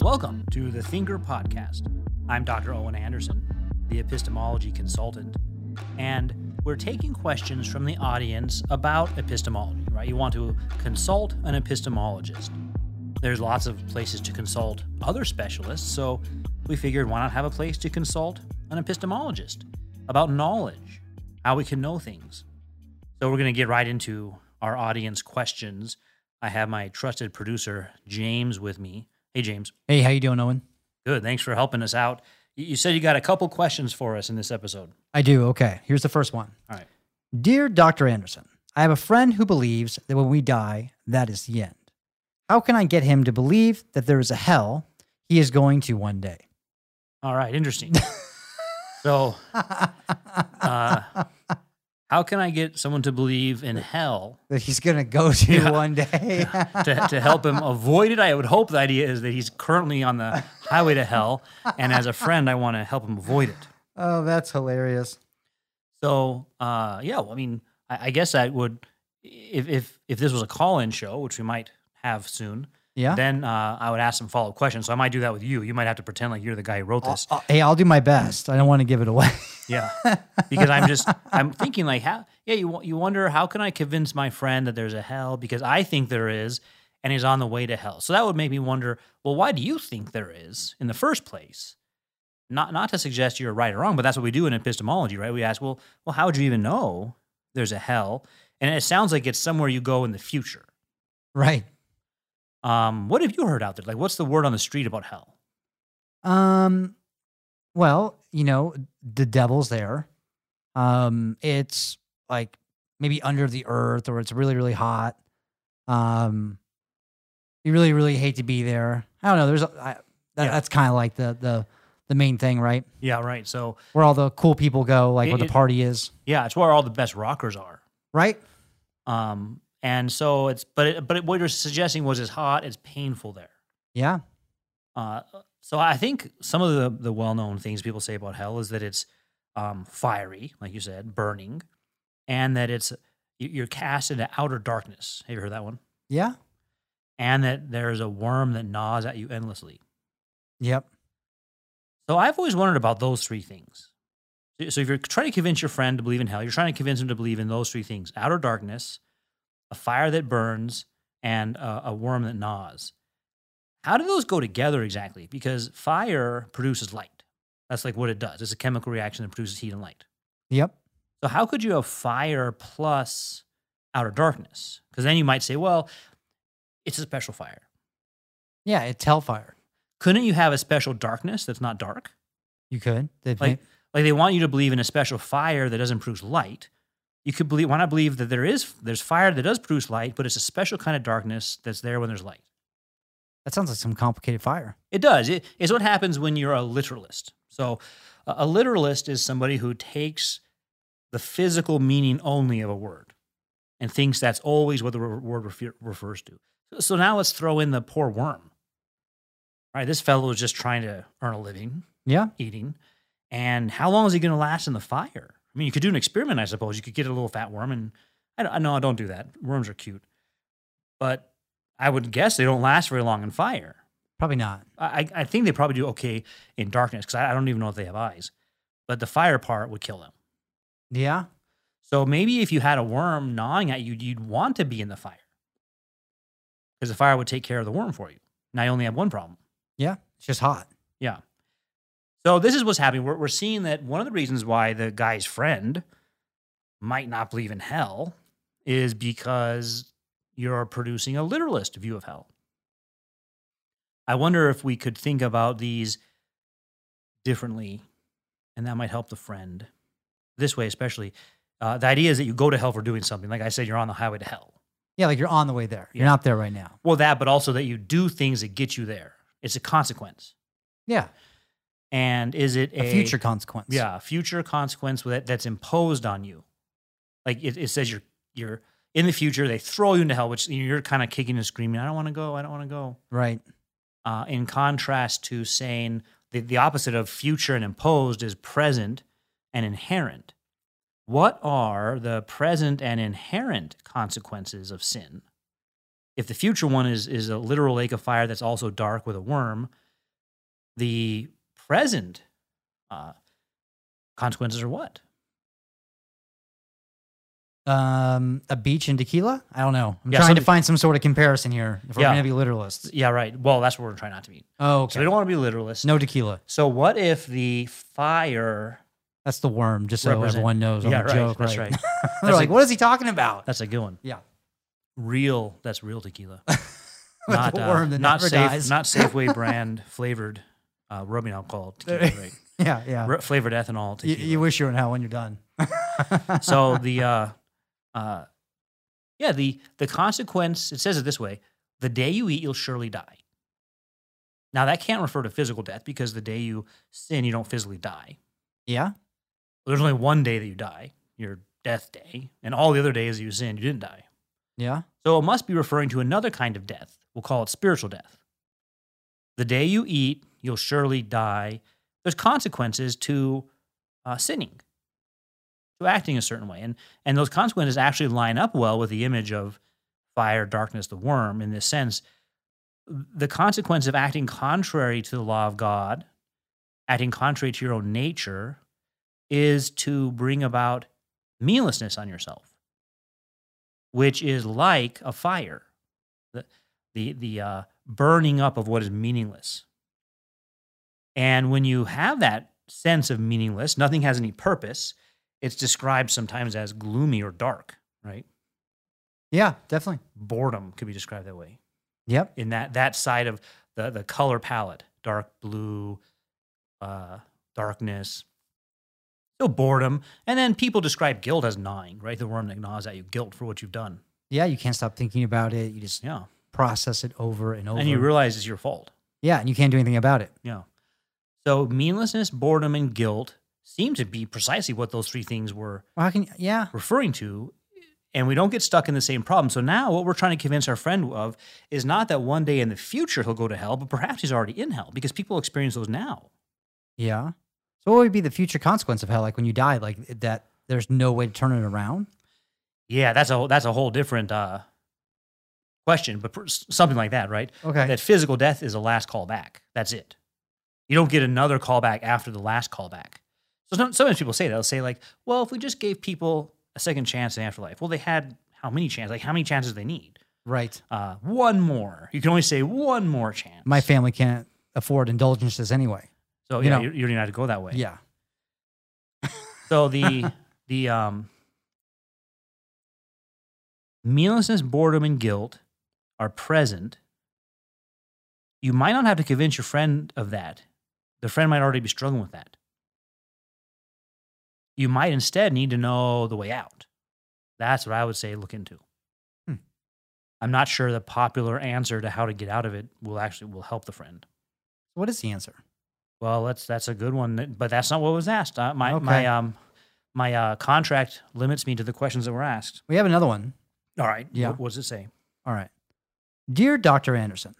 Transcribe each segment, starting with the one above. Welcome to the Thinker Podcast. I'm Dr. Owen Anderson, the epistemology consultant, and we're taking questions from the audience about epistemology, right? You want to consult an epistemologist. There's lots of places to consult other specialists, so we figured why not have a place to consult an epistemologist about knowledge, how we can know things. So we're going to get right into our audience questions. I have my trusted producer, James, with me. Hey, James. Hey, how you doing, Owen? Good. Thanks for helping us out. You you said you got a couple questions for us in this episode. I do. Okay. Here's the first one. All right. Dear Dr. Anderson, I have a friend who believes that when we die, that is the end. How can I get him to believe that there is a hell he is going to one day? All right. Interesting. so, uh, how can I get someone to believe in hell that he's going to go to one day? to, to help him avoid it? I would hope the idea is that he's currently on the highway to hell. And as a friend, I want to help him avoid it. oh, that's hilarious. So uh, yeah, well, I mean, I, I guess that would if if if this was a call-in show, which we might have soon, Yeah. then uh, I would ask some follow-up questions. So I might do that with you. You might have to pretend like you're the guy who wrote this. Uh, hey, I'll do my best. I don't want to give it away. Yeah, because I'm just I'm thinking like how yeah you wo- you wonder how can I convince my friend that there's a hell because I think there is and he's on the way to hell. So that would make me wonder. Well, why do you think there is in the first place? Not not to suggest you're right or wrong, but that's what we do in epistemology, right? We ask, well, well, how would you even know there's a hell? And it sounds like it's somewhere you go in the future. right. Um, what have you heard out there? Like, what's the word on the street about hell? Um, well, you know, the devil's there. Um, it's like maybe under the earth or it's really, really hot. Um, you really, really hate to be there. I don't know. There's a, I, that, Yeah. that's kind of like the, the, the main thing, right? Yeah, right. So Where all the cool people go, like where the It- it- party is, yeah, it's where all the best rockers are. right? Um, and so it's, but it, but it, what you're suggesting was it's hot, it's painful there. Yeah. Uh, so I think some of the the well known things people say about hell is that it's um, fiery, like you said, burning, and that it's you- you're cast into outer darkness. Have you heard that one? Yeah. And that there is a worm that gnaws at you endlessly. Yep. So I've always wondered about those three things. So- So if you're trying to convince your friend to believe in hell, you're trying to convince him to believe in those three things: outer darkness, a fire that burns, and a, a worm that gnaws. How do those go together exactly? Because fire produces light. That's like what it does. It's a chemical reaction that produces heat and light. Yep. So how could you have fire plus outer darkness? Because then you might say, well, it's a special fire. Yeah. It's hellfire. Couldn't you have a special darkness that's not dark? You could. They'd Like, ma- like they want you to believe in a special fire that doesn't produce light. You could believe, why not believe that there is there's fire that does produce light, but it's a special kind of darkness that's there when there's light. that sounds like some complicated fire. It does. It, it's what happens when you're a literalist. So, a, a literalist is somebody who takes the physical meaning only of a word and thinks that's always what the re- word refer, refers to. So, so now let's throw in the poor worm. All right, this fellow is just trying to earn a living Yeah. eating. And how long is he going to last in the fire? I mean, you could do an experiment, I suppose. You could get a little fat worm, and I, don't- I know I don't do that. Worms are cute, but I would guess they don't last very long in fire. Probably not. I, I- I think they probably do okay in darkness because I, I don't even know if they have eyes. But the fire part would kill them. Yeah. So maybe if you had a worm gnawing at you, you'd want to be in the fire because the fire would take care of the worm for you. Now you only have one problem. Yeah. It's just hot. Yeah. So this is what's happening. We're, we're seeing that one of the reasons why the guy's friend might not believe in hell is because you're producing a literalist view of hell. I wonder if we could think about these differently, and that might help the friend this way, especially. Uh, the idea is that you go to hell for doing something. Like I said, you're on the highway to hell. Yeah. Like you're on the way there. You're Yeah. not there right now. Well, that, but also that you do things that get you there. It's a consequence. Yeah. And is it a future consequence. Yeah, future consequence that, that's imposed on you. Like it, it says you're you're in the future. They throw you into hell, which you're kind of kicking and screaming. I don't want to go. I don't want to go. Right. Uh, in contrast to saying the, the opposite of future and imposed is present and inherent. What are the present and inherent consequences of sin? If the future one is is a literal lake of fire that's also dark with a worm, the present uh, consequences are what? Um, a beach in tequila? I don't know. I'm Yeah, trying to some- find some sort of comparison here. If we're Yeah. gonna be literalists. Yeah, right. Well, that's what we're trying not to be. Oh, So okay. we don't want to be literalists. no tequila. So what if the fire? That's the worm, just so Represent- everyone knows. I'm yeah, a right. joke, that's right. They're That's like, a- what is he talking about? That's a good one. Yeah. Real. That's real tequila. not the uh, worm that not never safe. dies. Not Safeway brand flavored uh, rubbing alcohol tequila. Right. Yeah, yeah. Ru- flavored ethanol You, tequila. you wish you were in hell when you're done. so the uh, uh, yeah the the consequence it says it this way the day you eat you'll surely die now that can't refer to physical death because the day you sin you don't physically die yeah. there's only one day that you die your death day and all the other days that you sin you didn't die Yeah. so it must be referring to another kind of death we'll call it spiritual death the day you eat you'll surely die there's consequences to uh, sinning, to acting a certain way. And, and those consequences actually line up well with the image of fire, darkness, the worm in this sense. The consequence of acting contrary to the law of God, acting contrary to your own nature, is to bring about meatlessness on yourself, which is like a fire, the, the, the uh, burning up of what is meaningless. And when you have that sense of meaningless, nothing has any purpose, it's described sometimes as gloomy or dark, right? Yeah, definitely. Boredom could be described that way. Yep. In that that side of the the color palette, dark blue, uh, darkness. So boredom. And then people describe guilt as gnawing, right? The worm that gnaws at you, guilt for what you've done. Yeah, you can't stop thinking about it. You just Yeah. process it over and over. And you realize it's your fault. yeah, and you can't do anything about it. Yeah. So meaninglessness, boredom, and guilt seem to be precisely what those three things were Well, how can yeah, referring to and we don't get stuck in the same problem. So now what we're trying to convince our friend of is not that one day in the future he'll go to hell, but perhaps he's already in hell because people experience those now. yeah. So what would be the future consequence of hell? Like when you die, like that there's no way to turn it around. Yeah, that's a that's a whole different uh, question, but per- something like that, right? Okay. That physical death is a last call back. That's it. You don't get another callback after the last callback. So some, sometimes people say that they'll say like, "Well, if we just gave people a second chance in afterlife, well, they had how many chances? Like how many chances they need? right. uh, one more. You can only say one more chance. My family can't afford indulgences anyway. so you yeah, know. you you're, you're not to go that way. Yeah. So the the um, meaninglessness, boredom, and guilt are present. You might not have to convince your friend of that. The friend might already be struggling with that. You might instead need to know the way out. That's what I would say look into. Hmm. I'm not sure the popular answer to how to get out of it will actually will help the friend. What is the answer? Well, that's that's a good one, that- but that's not what was asked. Uh, my Okay. my um my uh, contract limits me to the questions that were asked. We have another one. All right. Yeah. What, what does it say? All right. Dear Dr. Anderson,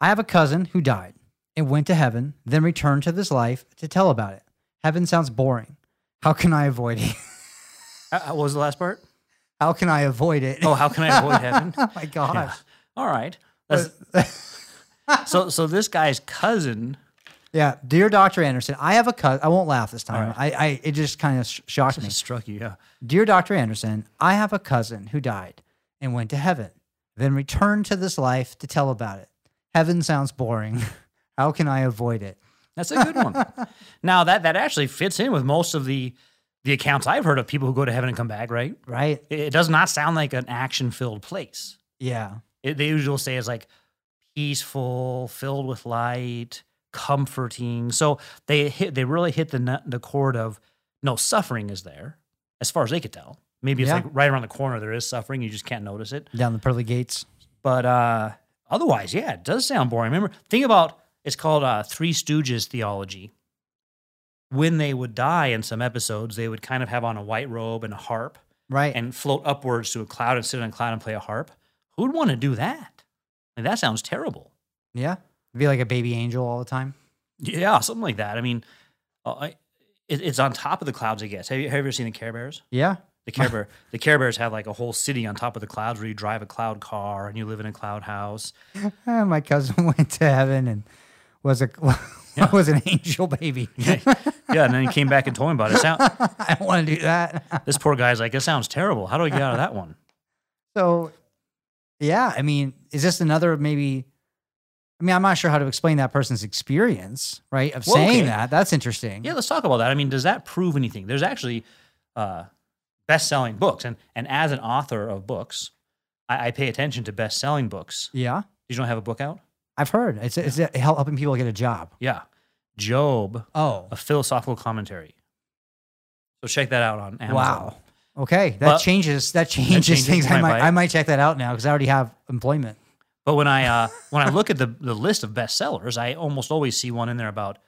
I have a cousin who died and went to heaven, then returned to this life to tell about it. Heaven sounds boring. How can I avoid it? Uh, uh, what was the last part? How can I avoid it? Oh, how can I avoid heaven? oh my gosh. Yeah. All right. That's- so so this guy's cousin. Yeah, dear Dr. Anderson, I have a cousin. I won't laugh this time. All right. I, I it just kind of sh- shocked me. struck you. Yeah. Dear Dr. Anderson, I have a cousin who died and went to heaven, then returned to this life to tell about it. Heaven sounds boring. How can I avoid it? That's a good one. now that that actually fits in with most of the the accounts I've heard of people who go to heaven and come back. Right. Right? It, it does not sound like an action filled place. Yeah. it, they usually will say it's like peaceful, filled with light, comforting. So they hit, they really hit the nut- the chord of no suffering is there, as far as they could tell. Maybe it's Yeah. like right around the corner there is suffering, you just can't notice it. Down the pearly gates. But uh, otherwise, yeah, it does sound boring. Remember, think about it's called uh, Three Stooges theology. When they would die in some episodes, they would kind of have on a white robe and a harp Right. and float upwards to a cloud and sit on a cloud and play a harp. Who'd want to do that? I mean, that sounds terrible. yeah. Be like a baby angel all the time. Yeah, something like that. I mean, uh, I, it, it's on top of the clouds, I guess. Have you, have you ever seen the Care Bears? Yeah. The Care Bear, the Care Bears have like a whole city on top of the clouds where you Eh, drive a cloud car and you live in a cloud house. Ah, my cousin went to heaven and was a Yeah. was an angel baby. yeah, and then he came back and told me about it. it. Sound, I don't want to do that. this poor guy's like, it sounds terrible. How do I get out of that one? So, yeah, I mean, is this another maybe? I mean, I'm not sure how to explain that person's experience, right? Of Well, saying okay. that. That's interesting. Yeah, let's talk about that. I mean, does that prove anything? There's actually uh, best-selling books, and and as an author of books, I, I pay attention to best-selling books. Yeah. Did you not have a book out? I've heard it's it's helping people get a job. Yeah, Job, Oh, a philosophical commentary. So check that out on Amazon. wow. Okay, that But- changes that changes changes things. I my might bite. I might check that out now because I already have employment. But when I uh, when I look at the the list of bestsellers, I almost always see one in there about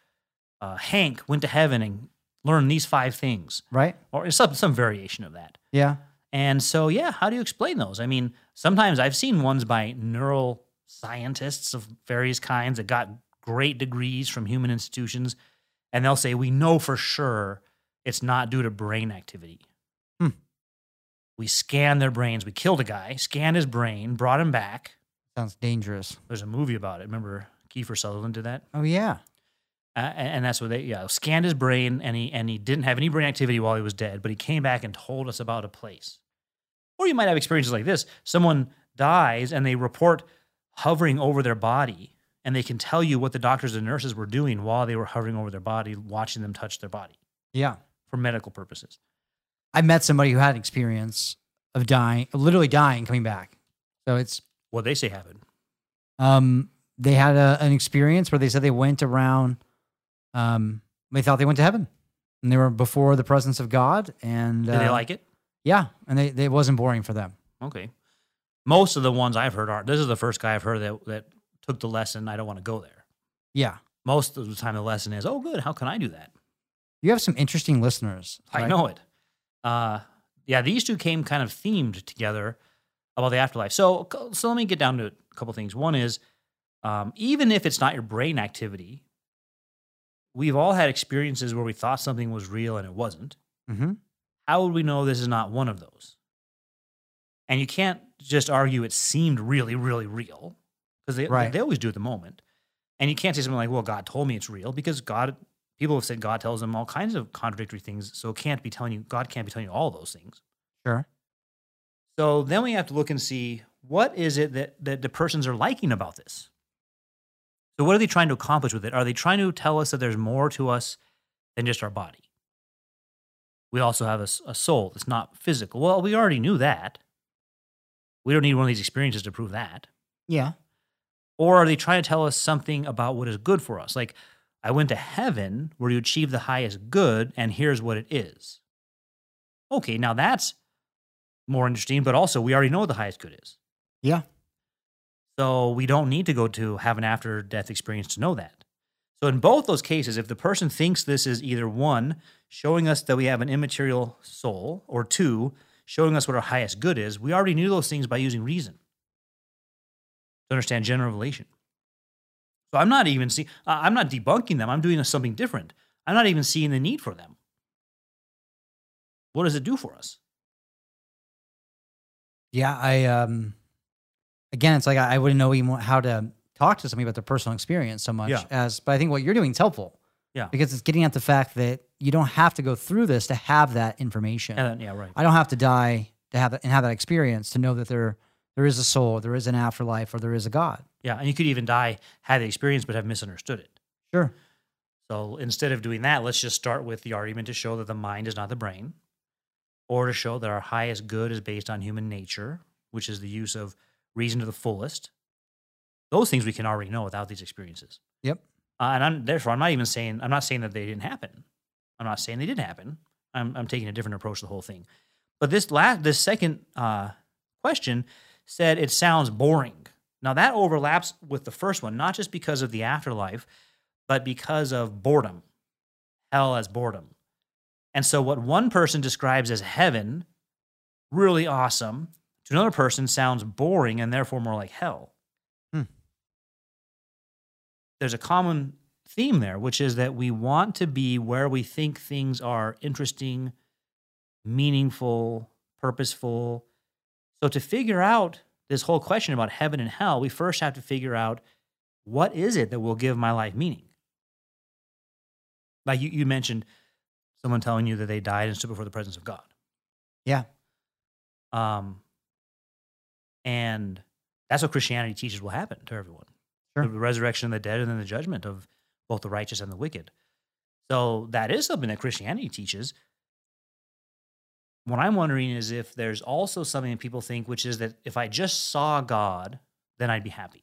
uh, Hank went to heaven and learned these five things, Right? or some some variation of that. Yeah. And so, yeah, how do you explain those? I mean, sometimes I've seen ones by neural scientists of various kinds that got great degrees from human institutions, and they'll say, We know for sure it's not due to brain activity. Hmm. We scanned their brains. We killed a guy, scanned his brain, brought him back. Sounds dangerous. There's a movie about it. Remember, Kiefer Sutherland did that? Oh yeah. Uh, and, and that's what they yeah scanned his brain and he and he didn't have any brain activity while he was dead but he came back and told us about a place or you might have experiences like this someone dies and they report hovering over their body and they can tell you what the doctors and nurses were doing while they were hovering over their body watching them touch their body Yeah. for medical purposes I met somebody who had experience of dying, literally dying, coming back. So it's what they say happened um they had a, an experience where they said they went around um they thought they went to heaven and they were before the presence of God and uh, did they like it yeah and they, they it wasn't boring for them. okay most of the ones i've heard aren't this is the first guy i've heard that that took the lesson i don't want to go there Yeah. most of the time the lesson is oh good how can i do that You have some interesting listeners. I right? know it. Uh, yeah, these two came kind of themed together about the afterlife. So, so let me get down to a couple things. One is, um, even if it's not your brain activity, we've all had experiences where we thought something was real and it wasn't. Mhm. How would we know this is not one of those? And you can't just argue it seemed really, really real because they, Right. they always do at the moment. And you can't say something like, well, God told me it's real because God, people have said God tells them all kinds of contradictory things. So it can't be telling you, God can't be telling you all those things. Sure. So then we have to look and see what is it that, that the persons are liking about this? So what are they trying to accomplish with it? Are they trying to tell us that there's more to us than just our body? We also have a, s- a soul that's not physical. Well, we already knew that. We don't need one of these experiences to prove that. Yeah. Or are they trying to tell us something about what is good for us? Like, I went to heaven where you achieve the highest good, and here's what it is. Okay, now that's more interesting, but also we already know what the highest good is. Yeah. So we don't need to go to have an after death experience to know that. So, in both those cases, if the person thinks this is either one, showing us that we have an immaterial soul, or two, showing us what our highest good is, we already knew those things by using reason to understand general relation. So, I'm not even seeing, I'm not debunking them. I'm doing something different. I'm not even seeing the need for them. What does it do for us? Yeah, I um again, it's like I, I wouldn't know even how to talk to somebody about their personal experience so much Yeah. as but I think what you're doing is helpful. Yeah. Because it's getting at the fact that you don't have to go through this to have that information. And then- yeah, right. I don't have to die to have that and have that experience to know that there there is a soul, there is an afterlife, or there is a God. Yeah, and you could even die, had the experience, but have misunderstood it. Sure. So instead of doing that, let's just start with the argument to show that the mind is not the brain, or to show that our highest good is based on human nature, which is the use of reason to the fullest. Those things we can already know without these experiences. Yep. Uh, and I'm, therefore, I'm not even saying I'm not saying that they didn't happen. I'm not saying they did happen. I'm, I'm taking a different approach to the whole thing. But this last, this second uh, question said it sounds boring. Now that overlaps with the first one, not just because of the afterlife, but because of boredom. Hell as boredom. And so, what one person describes as heaven, really awesome, to another person sounds boring and therefore more like hell. Hmm. There's a common theme there, which is that we want to be where we think things are interesting, meaningful, purposeful. So, to figure out this whole question about heaven and hell, we first have to figure out what is it that will give my life meaning? Like you, you mentioned someone telling you that they died and stood before the presence of God. Yeah. Um, and that's what Christianity teaches will happen to everyone Sure. the resurrection of the dead and then the judgment of both the righteous and the wicked. So that is something that Christianity teaches. What I'm wondering is if there's also something that people think, which is that if I just saw God, then I'd be happy.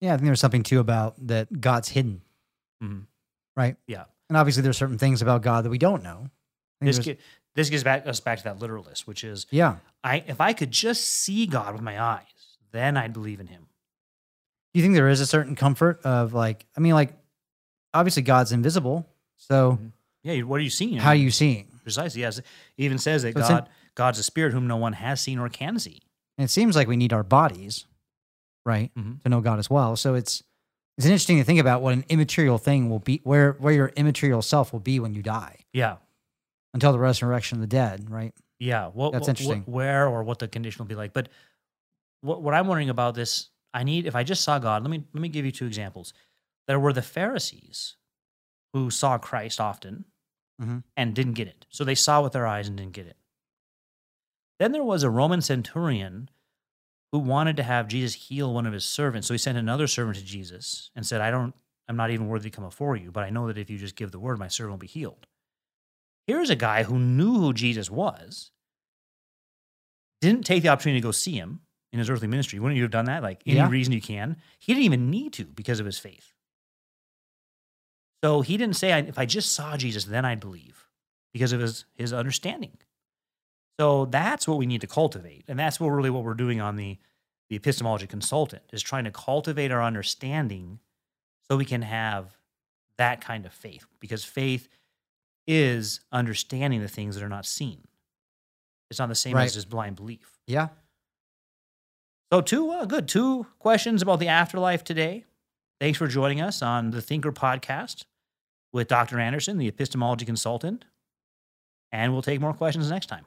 Yeah, I think there's something too about that God's hidden. Mhm. Right? Yeah. And obviously there's certain things about God that we don't know. I think This, there's- gi- this gives back, us back to that literalist, which is yeah. I if I could just see God with my eyes, then I'd believe in Him. Do you think there is a certain comfort of like I mean like obviously God's invisible. So Mm-hmm. Yeah, what are you seeing? how are you seeing? precisely? Yes, it even says that So it's in- God, God's a spirit whom no one has seen or can see. And it seems like we need our bodies, right? Mhm. To know God as well. So it's it's interesting to think about what an immaterial thing will be where where your immaterial self will be when you die Yeah, until the resurrection of the dead, right? Yeah, what, what- That's what- interesting. where or what the condition will be like, but what, what I'm wondering about this, I need if I just saw God. Let me let me give you two examples. There were the Pharisees who saw Christ often Mhm. and didn't get it, so they saw with their eyes and didn't get it. Then there was a Roman centurion who wanted to have Jesus heal one of his servants, so he sent another servant to Jesus and said, "I don't, I'm not even worthy to come before you, but I know that if you just give the word, my servant will be healed." Here's a guy who knew who Jesus was didn't take the opportunity to go see him in his earthly ministry, wouldn't you have done that? Like any Yeah. reason you can. He didn't even need to because of his faith. So he didn't say, "I- if I just saw Jesus, then I'd believe because of his, his understanding. So that's what we need to cultivate. And that's what really what we're doing on the, the epistemology consultant is trying to cultivate our understanding so we can have that kind of faith because faith is understanding the things that are not seen. It's not the same Right. as just blind belief. Yeah. So two uh, good two questions about the afterlife today. Thanks for joining us on the Thinker podcast with Dr. Anderson, the epistemology consultant, and we'll take more questions next time.